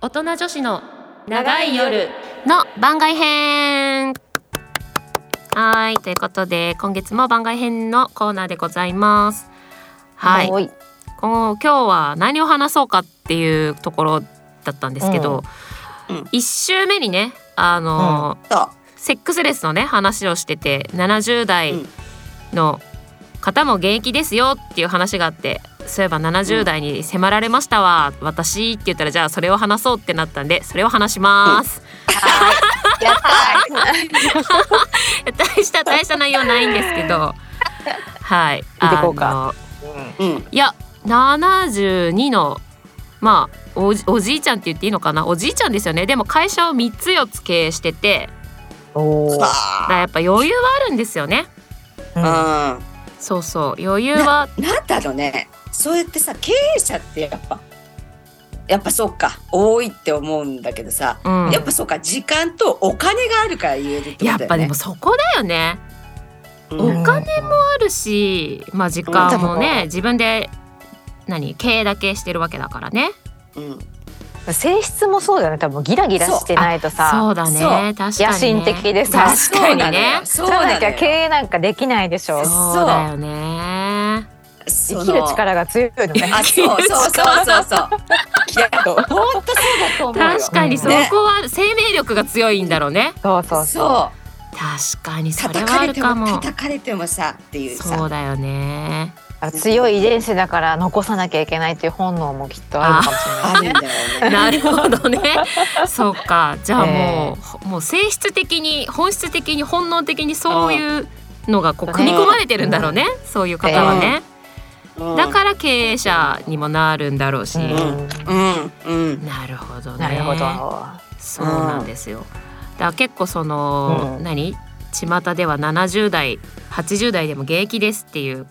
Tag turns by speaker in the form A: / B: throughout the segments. A: 大人女子の長い夜の番外編はいということで今月も番外編のコーナーでございますはい
B: おい
A: こう今日は何を話そうかっていうところだったんですけど、
B: うんうん
A: 一週目にねあの、
B: そう
A: セックスレスのね話をしてて70代
B: うん
A: の方も現役ですよっていう話があってそういえば70代に迫られましたわ、私って言ったらじゃあそれを話そうってなったんでそれを話します、
B: はいやった
A: 大した大した内容ないんですけどはい
C: 見てこうか
A: あの
B: ーうん
A: いや72のまあおじおじいちゃんって言っていいのかなおじいちゃんですよねでも会社を3つ4つ経営してて
C: おー
B: さ
A: だからやっぱ余裕はあるんですよね
C: うん
B: あ
A: そうそう余裕は
B: うんなんだろうねそうやってさ経営者ってやっぱやっぱそうか多いって思うんだけどさ、
A: うん
B: やっぱそうか時間とお金があるから言えるってことだ
A: や
B: よ
A: っ
B: ね
A: ぱでもそこだよね。
B: うん
A: お金もあるし、まあ時間もね、自分で何経営だけしてるわけだからね。
B: うん
C: 性質もそうだよね多分ギラギラしてないと
A: そう
C: さ
A: だね
B: そう
A: 確かにね。
C: 野心的でさ
A: 確かにね。
B: そう
C: じ
B: な
C: ゃ
B: のよ
C: なきゃ経営なんかできないでしょ
B: う
C: う
B: だよ
A: そうだよね。
B: そ
C: 生
B: の
C: きる力が強いよね
B: あそうそうそうそうそういや 本当そうだと思うよ
A: 確かにそこは生命力が強いんだろうね。
C: そうそうそう
B: そ
A: 確かに
B: う
A: それ
B: 叩
A: は
B: か
A: あ
B: れ
A: る
B: て
A: か
B: も
A: も。
B: 叩かれてもさっていうさ
A: そうだよね。
C: あ強い遺伝子だから残さなきゃいけないっていう本能もきっとあるかもし
B: あるんだよね
A: なるほどね。そうか。じゃあも
C: え
A: う、ほもう性質的に本質的に本能的にそういうのがこう組み込まれてるんだろうね。そういう方はね。だから経営者にもなるんだろうし。
C: れない、
B: うんうんうん
A: なるほどね。
C: なるほど、
A: そうなんですよ。だから結構その、
C: うん
A: 何巷では70代80代でも現役ですっていう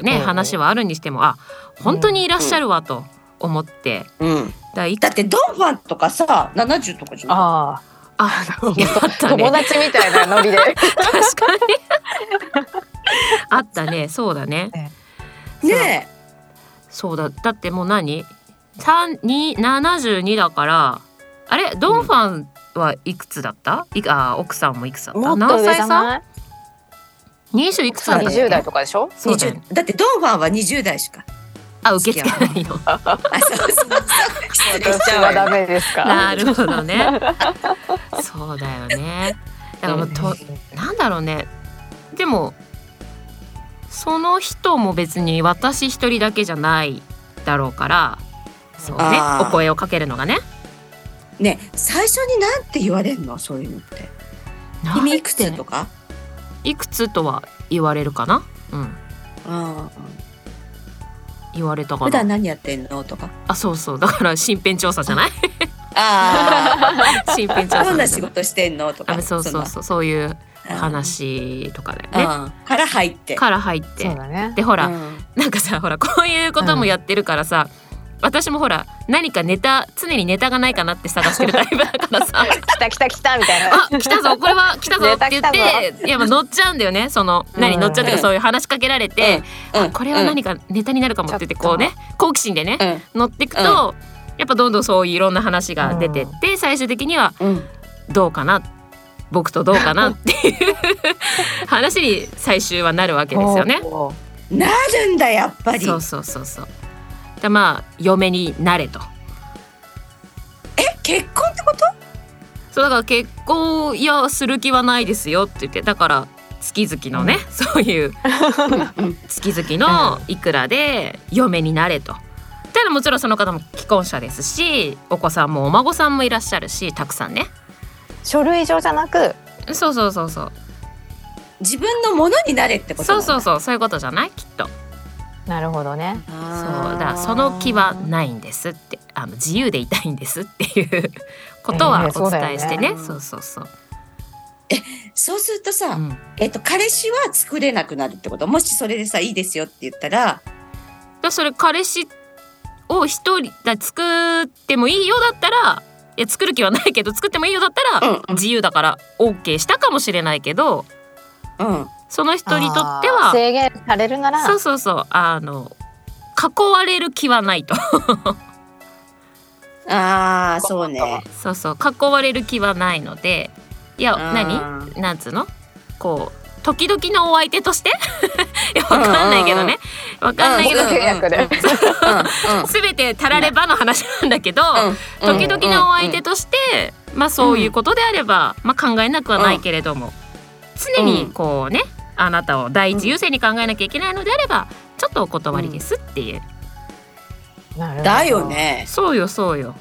A: ね、
C: うん
A: 話はあるにしてもあ本当にいらっしゃるわと思って。
B: うん
A: だからい
B: だってドンファンとかさ70とかじゃな
C: あ
A: ああっ
C: あ
A: たね
C: 友達みたいな ノリで
A: 確かに あったねそうだね
B: いね
A: そうだだってもう何三二72だからあれドンファンはいくつだった、いあ奥さんもいくつだった
C: もっと上じゃ
A: さん
C: ない
A: 20いくつなんだっけ
C: 20代とかでしょ
B: え
A: そうだよね
B: 20だってドンファンは20代しか
A: あ受け付けないの
B: あそうそうそう失礼しち
C: 私
B: ゃう
C: は
B: わ
C: ダ
B: よ
C: メですか
A: なるほどね そうだよねだからもうとなんだろうねでもその人も別に私一人だけじゃないだろうからそうね
B: あー
A: お声をかけるのがね
B: ねえ最初になんて言われるのそういうのって君いくつとか
A: いくつとは言われるかなうん
B: うん
A: 言われたか
B: 普段
A: な
B: 何やってんのとか
A: あそうそうだから身辺調査じゃない
B: あ
A: 身辺調
B: あ
A: 査
B: どんな
A: じゃ
B: 仕
A: い
B: 事してんのとか
A: あそうそうそうそういう
B: うん
A: 話とかだ
B: うん
A: よね
B: から入って
A: から入って
C: そうだね
A: でほら、
B: うん
A: なんかさほらこういうこともやってるからさ、私もほら何かネタ常にネタがないかなって探してるタイプだから さ
C: 来た来た来たみたいな
A: あ来たぞこれは来たぞって言っていやまあ乗っちゃうんだよねその何
C: うん
A: 乗っちゃうっていうかそういう話しかけられて、
B: うん
A: あこれは何かネタになるかもって言って
C: ちょっと
A: こうね好奇心でね、
B: うん
A: 乗ってくと、やっぱどんどんそういういろんな話が出てって、最終的には
B: うん
A: どうかな僕とどうかなっていう 話に最終はなるわけですよね。
C: おー
B: なるんだやっぱり
A: そうそうそうそう。でまあ嫁になれと。
B: え結婚ってこと
A: そうだから結婚いやする気はないですよって言ってだから月々のね、そういう月々のいくらで嫁になれと。ただもちろんその方も既婚者ですしお子さんもお孫さんもいらっしゃるしたくさんね
C: 書類上じゃなく
A: そうそうそうそう
B: 自分のものになれってこと
A: そうそう
B: う
A: そうそういうことじゃないきっと
C: なるほどね
B: そう
A: そうだからその気はないんですってあの自由でいたいんですっていうことは
C: ええそ
A: お
C: うだよね
A: 伝えしてね,、
B: うん
A: そうそうそう
B: そうするとさ、
A: うん
B: えっと彼氏は作れなくなるってこともしそれでさいいですよって言ったら
A: だそれ彼氏を一人だ作ってもいいよだったらいや作る気はないけど作ってもいいよだったら、
B: うんうん
A: 自由だから OK したかもしれないけど
B: うん
A: その人にとって
C: あー
A: は
C: 制限されるなら
A: そうそうそうあの囲われる気はないと
B: ああそうね
A: そうそう囲われる気はないのでいや
B: うん
A: 何なんつうのこう時々のお相手として いやわかんないけどねわかんないけど
B: うんうん
C: 契約で。
A: 全てたらればの話なんだけど、
B: うん
A: 時々のお相手として、まあそういうことであれば、まあ、考えなくはないけれども、常にこうねあなたを第一優先に考えなきゃいけないのであればちょっとお断りですっていう、
C: なるほど
B: だよ。ね
A: そうよそうよ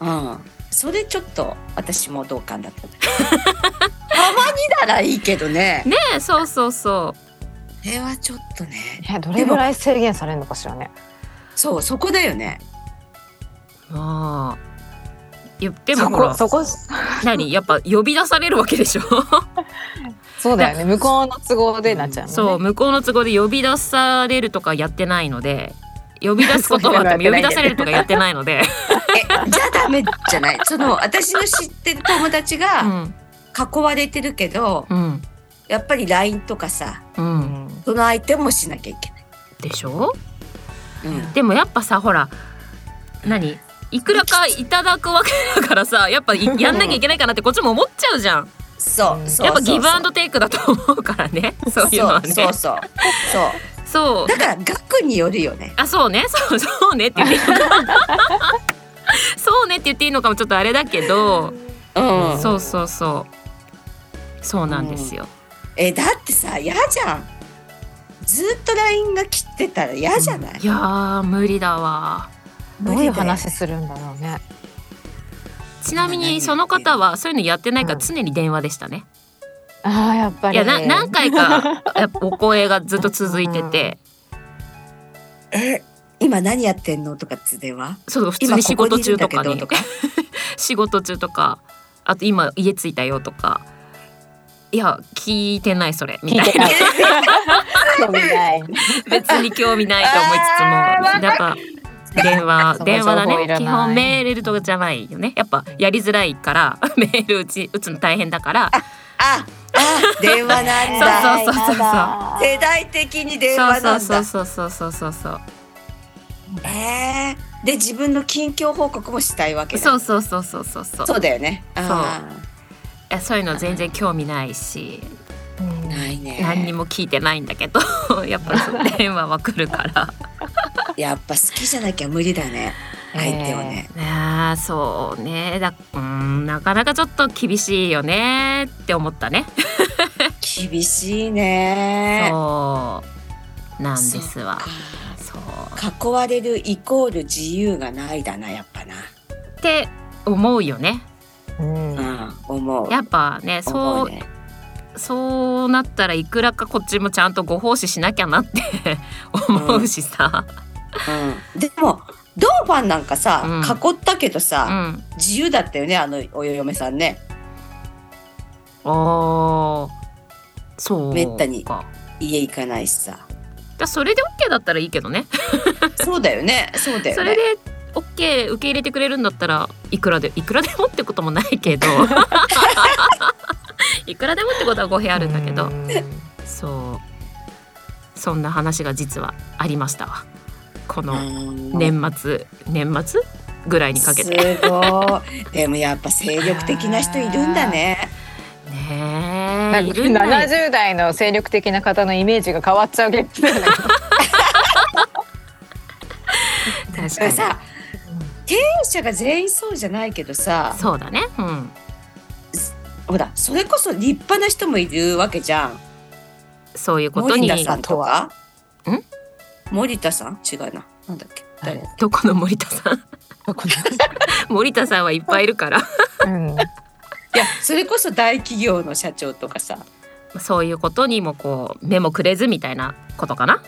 B: うんそれちょっと私も同感だったたまにならいいけどね
A: ねえそうそうそ
B: これはちょっとね
C: いやどれぐらい制限されるのかしらね。
B: そうそこだよね
A: うまあいやでも
C: そ
A: ほ
C: こ
A: ら
C: そこ
A: 何やっぱ呼び出されるわけでしょ
C: そうだよね向こうの都合でなっちゃうもんね。
A: そう向こうの都合で呼び出されるとかやってないので呼び出すことはあっても
C: そういう
A: 呼
C: の
A: び出
C: やってないんだよね
A: されるとかやってないので、
B: えじゃあダメじゃないその私の知ってる友達
A: う
B: が
A: ん
B: 囲われてるけど、
A: うん
B: やっぱり LINE とかさ
A: うん
C: うん
B: その相手もしなきゃいけ
A: でしょ
B: ない、
A: でもやっぱさほら何いくらかいただくわけだからさやっぱ いやんなきゃいけないかなってこっちも思っちゃうじゃん
B: そううんそう
A: やっぱギブアンドテイクだと思うから ねそういうのはね
B: そ
A: そう
B: うそうそうそうだから額によるよね
A: あそうね そうそうねって言って そうねって言っていいのかもちょっとあれだけど、
B: うん
A: そうそうそうそうなんですよ、
B: えだってさ嫌じゃんずっと LINE が切ってたら嫌じゃない、
A: いやー無理だわ
C: どういう
B: 無
C: 話するんだろうね。
A: ちなみにその方はそういうのやってないから常に電話でしたね、
C: ああやっぱ
A: い
C: り
A: や
C: ね。
A: な何回かやっぱお声がずっと続いてて、
B: 理だよえ今何やってんのとかっつ電話
A: そう普通
B: 今
A: に仕
B: ここ
A: 事
B: にいる
A: 中とか
B: んだけど
A: に
B: とか
A: 仕事中とかあと今家着いたよとかいや聞いてないそれみ
C: 聞い
A: たい
C: て
A: な
C: ない。興味ない。
A: 別に興味ないと思いつつもやっぱ電話
C: その
A: 電話だ
C: 情報
A: ね
C: いらない
A: 基本メールとかじゃないよねやっぱやりづらいから メール打ち打つの大変だから
B: ああ電話なん だ
A: そうそうそうそう
C: う
B: 世代的に電
A: そう
B: 話なんだ
A: そうそうそうそうそうそう
B: えーで自分の近況報告もしたいわけだ
A: そうそうそうそうそうそう
B: そうだよね
A: う
B: あ
A: いやそういうの全然興味ないし
C: そう。
B: ーないね
A: 何にも聞いてないんだけど やっぱ そう電話は来るから。
B: やっぱ好きじゃなきゃ無理だね相手はね、
A: ああそうねだうーんなかなかちょっと厳しいよねって思ったね。
B: 厳しいね
A: そうなんですわ。そう
B: 囲われるイコール自由がないだなやっぱな、
A: って思うよね。
C: うん。
B: うん、思う
A: やっぱね
B: 思
A: そう
B: ね
A: そうなったらいくらかこっちもちゃんとご奉仕しなきゃなって 思うしさ。
B: うん、でもドーファンなんかさ、
A: うん
B: 囲ったけど
A: う
B: さ、
A: ん。
B: 自由だったよねあのお嫁さんね
A: おーそうか。
B: めったに
A: だ
B: 家行かないしさ
A: それで OK だったらいいけどね。
B: そうだよねそうだよね
A: それで OK 受け入れてくれるんだったらいくらでいくらでもってこともないけ どいくらでもってことは語弊あるんだけど
C: うん。
A: そうそんな話が実はありましたわこの
B: うん
A: 年末年末ぐらいにかけて
B: すごいでもやっぱ精力的な人いるんだね
A: ね
C: な
A: え
C: ん
A: い
C: か
A: るんだよ
C: 70代の精力的な方のイメージが変わっちゃうゲップだよね
A: 確
B: だか
A: からに
B: さ経営者が全員そうじゃないけどさ
A: そうだねうん
B: ほらそれこそ立派な人もいるわけじゃん
A: そういうこと
B: 森
A: に
B: 田さんとか
A: とはん
B: 森田さん違うななんだっけ誰
C: は
A: どこの森田さん 森田さんはいっぱいいるから
C: うん
B: いやそれこそ大企業の社長とかさだか
A: そういうことにもこう目もくれずみたいなことかな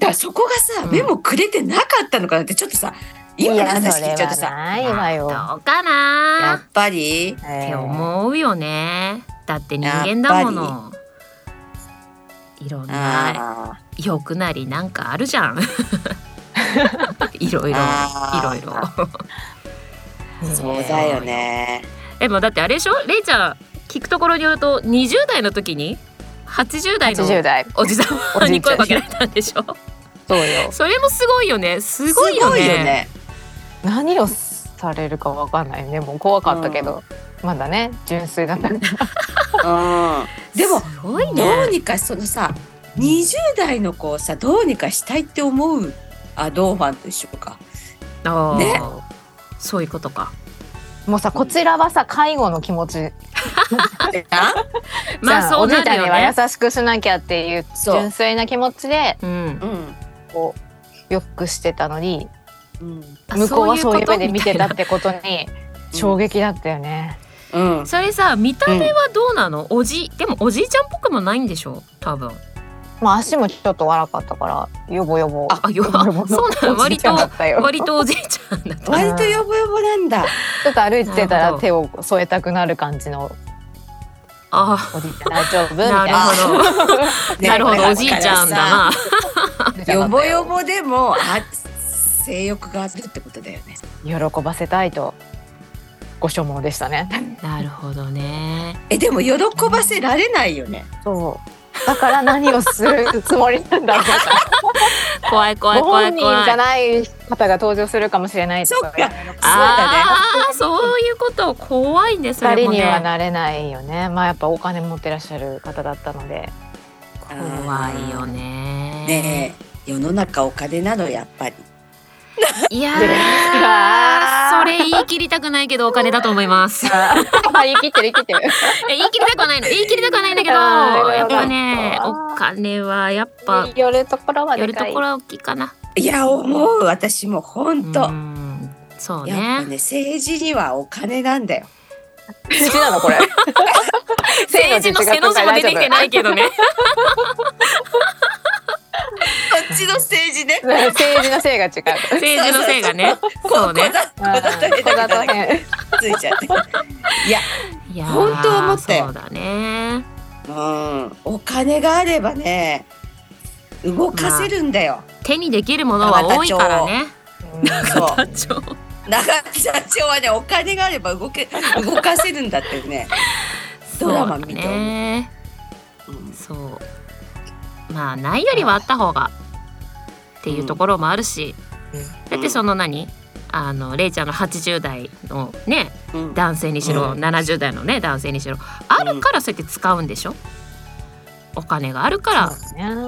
B: らそこがさ、
A: うん
B: 目もくれてなかったのかなってちょっとさ今
C: い
B: の
C: やそ
B: 話聞
C: れ
B: いちゃう
C: は
B: とさ
C: ないわよ
A: どうか
B: や
A: な
B: っぱり
A: って
C: う
A: 思うよね。だって人間だもの。いろんな
B: あー
A: 良くなりなんかあるじ ゃん。いろいろ
B: あー
A: いろいろ。
B: そうだよね
A: でもだってあれでしょ、レイちゃん聞くところによると20代の時に80代の
C: 80代
A: おじさんに声かけられたんでしょ。
C: そうよ
A: それもすごいよね。すごいよね。
B: すごいよね
C: 何をされるかわかんないねもう怖かったけど、まだね純粋だったから
B: うんでも
A: すごい
B: どう
A: ね。
B: にかそのさ20代の子をさどうにかしたいって思うあドーファンと一緒か
A: あー
B: ね
A: そういうことか。
C: もうさこちらはさ介護の気持ち
A: まあ
C: じゃ
A: そう
C: おじ
A: ない
C: ちゃ
A: る
C: んに
A: よ
C: は
A: ね。
C: 優しくしなきゃっていう
B: そう
C: 純粋な気持ちで
A: うん
B: う。ん
C: こうよくしてたのに
B: うん
A: あ
C: 向こうはそういう
A: こ
C: 目
A: と
C: で見てたってことに
B: うん
C: 衝撃だったよね。
B: うん
A: それさ見た目はどうなの、おじでもおじいちゃんっぽくもないんでしょ多分
C: まあ足もちょっと悪かったからよぼよぼ。
A: あよ
C: よぼよぼ
A: そうなの
C: おじい
A: 割
C: ちゃ
A: と
C: んだったよ
A: 割とおじいちゃんだった
B: 割とヨボヨボなんだ
C: ちょっと歩いて
A: な
C: た
A: る
C: ら
A: ほど
C: 手を添えたくなる感 じの
A: あ
C: おじいちゃん大丈夫みたい
A: な
C: な。
A: るほど
B: ね
A: なるほ
B: だ
A: ど
B: から
A: おじいちゃんだな
B: さヨボヨボでもあ性欲があるってことだよね
C: 喜ばせたいとご所望でしたね。
A: なるほどね
B: えでも喜ばせられないよね
C: そう。だから何をするつもりなんだろう。
A: 怖い 怖い
C: ご
A: 怖い
C: 本
A: 怖い
C: 人じゃない方が登場するかもしれないと
B: そっか
A: ああそういうこと怖いねそ
C: 二
A: れ
C: 人
A: も
C: には
A: ね
C: なれないよね。まあやっぱお金持ってらっしゃる方だったので。
A: 怖いよね
B: ねえ世の中お金なのやっぱり
A: いや
C: う
A: ー
C: わー
A: それ言い切りたくないけどお金だと思います
C: あー言い切ってる言い切ってる。
A: え言い切りたくはない の言い切りたくはないんだけど
C: あー
A: やっぱね
C: あー
A: お金はやっぱ
C: 寄るところは
A: よ
C: で
A: り
C: か
A: と
C: い。
A: ころは大きいかない
B: や思う私も本当、
A: うんそうね
B: やっぱね政治にはお金なんだよ
C: 口なの これ。
A: 政治の背の字も出てきてないけど ね
B: こっちの政治 ね
C: 政治のせいが違う。
A: 政治のせいがねそうね
B: こだこだ
C: うん小型編
B: ついちゃっていや
A: いやー
B: 本当思ったよ
A: そうだね
B: うんお金があればね動かせるんだよ、
A: 手にできるものは多いからね
B: そう
A: ちょ
B: 長田社長はねお金があれば動け動かせるんだって ね、ドラマ見
A: そ
B: て思う
A: うだね
B: うん
A: そうまあないよりはあった方がっていうところもあるし、
C: うん
A: だってその何あのレイちゃんの80代のね
B: うん
A: 男性にしろ、
B: う
A: 70代のね男性にしろあるからそうやって使うんでしょ、お金があるか
C: そうね
A: ら、
B: う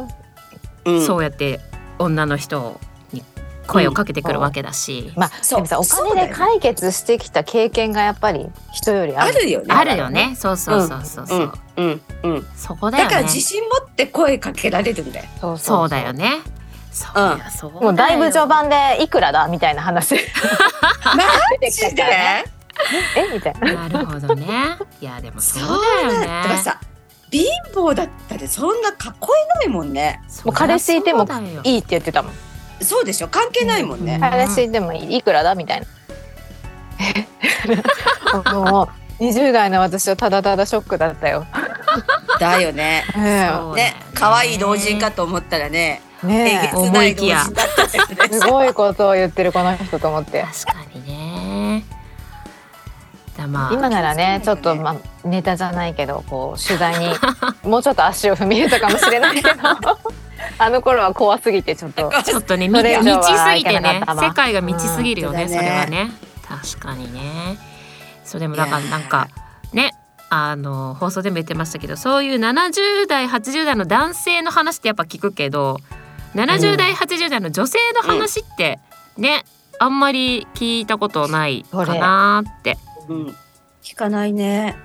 B: ん
A: そうやって女の人に声をかけてくるわけだし、
C: まあ、
B: そう
C: でもさお
B: そうだ
C: 金
B: よ
C: で
B: ね
C: 解決してきた経験がやっぱり人よりあ
B: あ
C: る。
B: るよね
A: あるよねそうそうそうそうそう、
B: うんうん
A: そこだよ
B: だ
A: ね
B: から自信持って声かけられるんだよ
C: そう
A: そうだよ。ねそうだよそうだよ
C: もうだいぶ序盤でいくらだみたいな話
B: マ
C: 出てき
B: ジ
C: た
B: で
C: からね。 えみたい
A: な
C: な。
A: るほどねいやでもそ
B: そうう
A: だよ
B: なん
A: ね
B: だからさ貧乏だったでそんなかっこいいのいもんね
A: そりゃそう
C: もう彼氏いても
A: だよ
C: いいって言ってたもん。
B: そうでしょ関係ないもんね、
A: うん
C: 彼氏いてもいいいくらだみたいな。えもう20代の私はただただショックだったよ。
B: だよね
C: ええ
A: そうだよ
B: ね可愛い老人かと思ったらねえげ
C: ね
B: つ
A: え
B: ない老人だったです
C: え、す
B: ね
C: ごいことを言ってるこの人と思って。
A: 確かにねだまあ
C: 今ならね、ちょっとまあネタじゃないけど、こう取材に もうちょっと足を踏み入れたかもしれないけど、あの頃は怖すぎてちょっと。
A: ちょっとね
C: そ
A: 満
C: れ以上は
A: ちすぎて
C: いけ
A: ね
C: なかったわ
A: 世界が満ちすぎるよね,、
B: うん
A: それはね確かにねそうでもだから
B: いやー
A: なんかねあの放送でも言ってましたけどそういう70代80代の男性の話ってやっぱ聞くけど70代、80代の女性の話ってね、あんまり聞いたことないかなーって、
B: うん聞かないね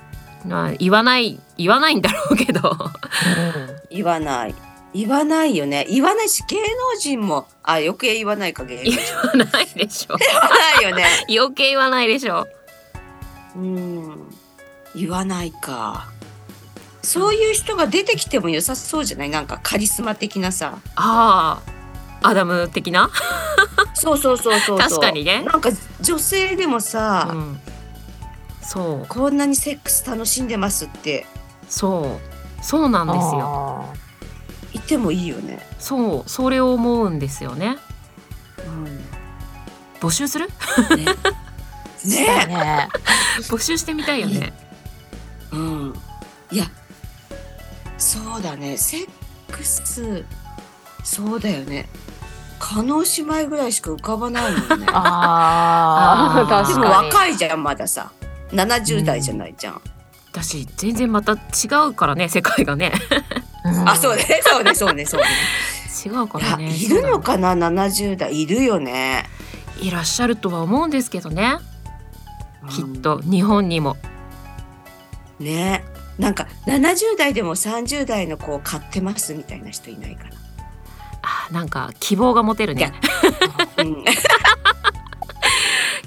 A: まあ、言わない言わないんだろうけど
B: 言わない言わないよね言わないし芸能人もあ余計言わないか芸能人言
A: 言わないでしょ
B: わないよね
A: 余計言わないでしょ
B: うん言わないかそういう人が出てきても良さそうじゃないなんかカリスマ的なさ
A: ああアダム的な
B: そうそうそうそうそう
A: 確かにね
B: なんか女性でもさ、
A: うん、そう
B: こんなにセックス楽しんでますって
A: そうそうなんですよ
C: よ。
B: 言ってもいいよね、
A: そうそれを思うんですよね
B: うん
A: 募集す る
B: ね
C: だ
B: ね
C: ね。
A: 募集してみたいよね
B: うんいやそうだねセックスそうだよね加納姉妹ぐらいしか浮かばないもんね
C: ああ
A: あー
B: で
C: 確
B: も
C: かに
B: 若いじゃんまださ70代じゃないじゃん、
A: 私全然また違うからね世界が ね
B: あそ うねそうねそうねそうね
A: 違うからね
B: いやいるのかな70代いるよね
A: いらっしゃるとは思うんですけどねきっと日本にも
B: うんねなんか70代でも30代の子を買ってますみたいな人いないか
A: あーなんか希望が持てる
B: いや
A: ね
B: な、うん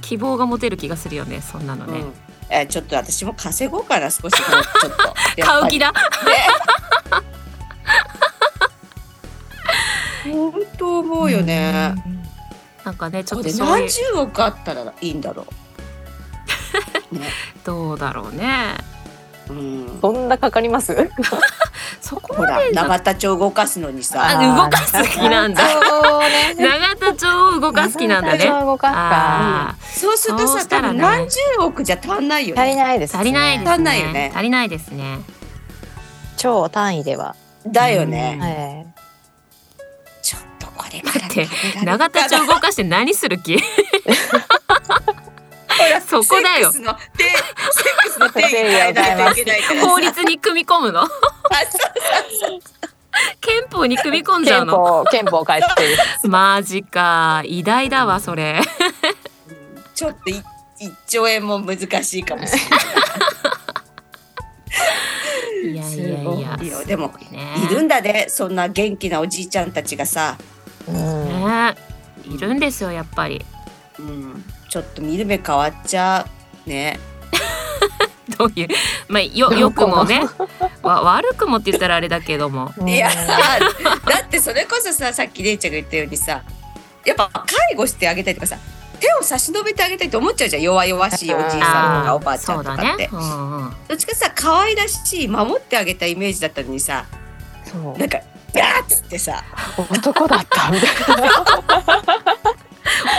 A: 希望が持てる気がするよねそんなのね、
B: うん えちょっと私も稼ごうかな少しもうちょっと
A: 買う気
B: だ
A: だ
B: 本当思うよね、
A: なんかねちょっ
B: ことれ
A: そういう
B: 何十億あったらいいんだろうね
A: どうだろうね
B: うん
C: どんなかかります
A: そこ
B: ほ
A: ま
B: ら
A: で
B: 永田町動かすのにさ
A: あ動かす気なんだ
C: そうね
A: 永田町を動かす気なんだ
C: 長田
A: ね
C: 町動かすか
A: あ
B: そうすると
A: そう
B: さ
A: した
B: 多
A: ら
B: 分
A: ね
B: 何十億じゃ足んないよ
C: 足り
B: ね
C: ないです
A: ー
C: ね
A: 足りないですね
B: 足んないよね
A: 足りないですね
C: 超単位では
B: だよね、
A: うん
C: はい
B: ちょっとこれから
A: 待って
B: 食べられ
A: 永田町動かして何する気
B: ほら
A: そこだよ
B: セックスの定セックスの定義変えないといけないから
A: 法律に組み込むの
B: あそう
A: 憲法に組み込んじゃう
C: 憲
A: の
C: 法憲法変えてる
A: マジか偉大だわそれ
B: ちょっとい一兆円も難しいかもしれ
A: いやいやいや
B: ないよ。でも
A: ね
B: いるんだね、そんな元気なおじいちゃんたちがさ、
C: うん
A: ねいるんですよやっぱり
B: うん、ちょっと見る目変わっちゃうね。
A: どういうまあよ良くもねわ悪くもって言ったらあれだけども
C: うん
B: いや、 だってそれこそさ、さっきれいちゃんが言ったようにさ、やっぱ介護してあげたいとかさ、手を差し伸べてあげたいと思っちゃうじゃん、弱々しいおじいさんと
A: あ
B: か
A: ー
B: おばあちゃんとかって。
A: そうだね、うんうん
B: どっちかってさ、可愛らしい守ってあげたイメージだったのにさ、
C: そう
B: なんか。ガーッつってさ、
C: 男だったみたいな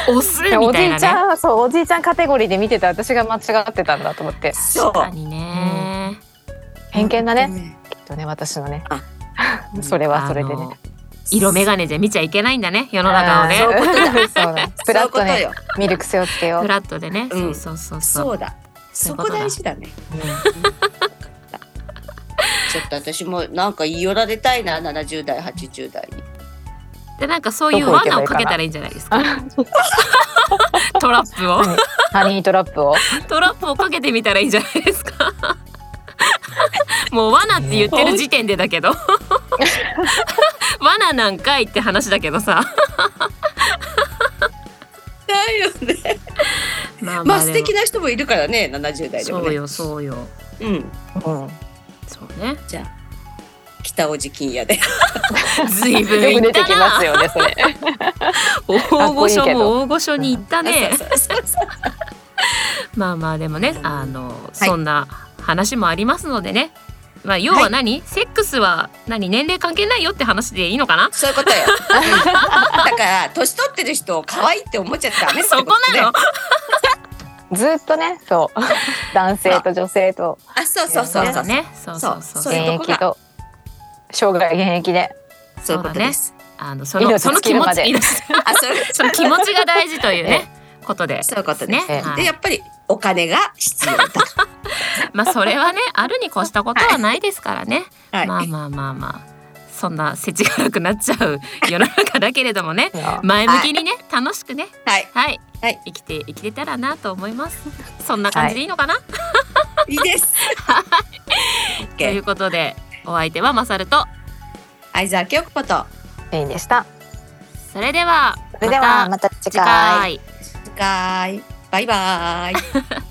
A: 押すみたい
C: おじ
A: ないね
C: ちゃんそうおじいちゃんカテゴリーで見てた私が間違ってたんだと思って
B: そう
A: 確かにね、
C: 偏見だね
B: ね。
C: きっとね私のね
B: あ
C: それはそれで
A: あ
C: ね
A: の色眼鏡じゃ見ちゃいけないんだね世の中をね
C: あーそうだ
B: そ
C: フ
B: うい
C: ラ
B: う
C: ッ
B: ことと
C: ね
B: よ。
C: ミルク背をつけよ
A: フ
C: う
A: ラットでね、
B: うん
A: そうそうそうそう
B: そうだ。
A: そうい
B: そう
A: こ
B: こと
A: だ
B: 大事だね。
C: うん
B: ちょっと私もなんか言い寄られたいな70代80代に
A: でなんかそういう罠をかけたらいいんじゃないですかトラップを
C: ハニートラップを
A: トラップをかけてみたらいいんじゃないですかもう罠って言ってる時点でだけど罠なんかいって話だけどさ
B: だよね
A: まあ
B: まあ素敵
A: な
B: な人もいるからね70代でもね
A: そうよそうよ
B: うん
C: うん
A: そうね
B: じゃあ北おじ金屋で
A: ずいぶん
C: よく
A: 行っ
C: 出て
A: た
C: きま
A: な
C: すよねそれ
A: 大御
C: かっこいい
A: 所
C: けど
A: も大御所に行ったね
B: そうそうそうそう
A: まあまあでもねあの、そんな話もありますのでねまあ要は何、セックスは何年齢関係ないよって話でいいのかな
B: そういうことよ うんだから年取ってる人を可愛いって思っちゃダメって
A: そ
B: こと
A: こ
B: ね
A: なの、
C: ずっとねそう男性と女性と
B: あそうそうそうそう、
A: ねそうそうそう
B: そ
A: そうう
B: い
C: 現
B: うとこ
C: 役と生涯現役で
B: そういうことです、
A: あのその
C: 命
A: その気
C: 尽きる
A: 持
C: ま
A: ち
C: で
A: いい です
B: あそれ
A: その気持ちが大事というねことで
B: そういうことです
A: ね。は
B: で
A: い
B: やっぱりお金が必要だ
A: まあそれはねあるに越したことはないですからね。
B: はい、
A: まあまあまあまあそんな世知辛くなっちゃう世の中だけれども ね
C: いや
A: 前向きにね楽しくね
B: はい
A: はい、
B: はい
A: 生きて生きてたらなと思います。そんな感じでいいのかな、
B: いいですオッ
A: とい
B: ケ
A: う
B: ー
A: ことでお相手はマサルと
B: 相沢京子と
C: いいんでした
A: それでは
C: それではまた次
A: 次
C: 回
A: 回。
B: 次回バイバイ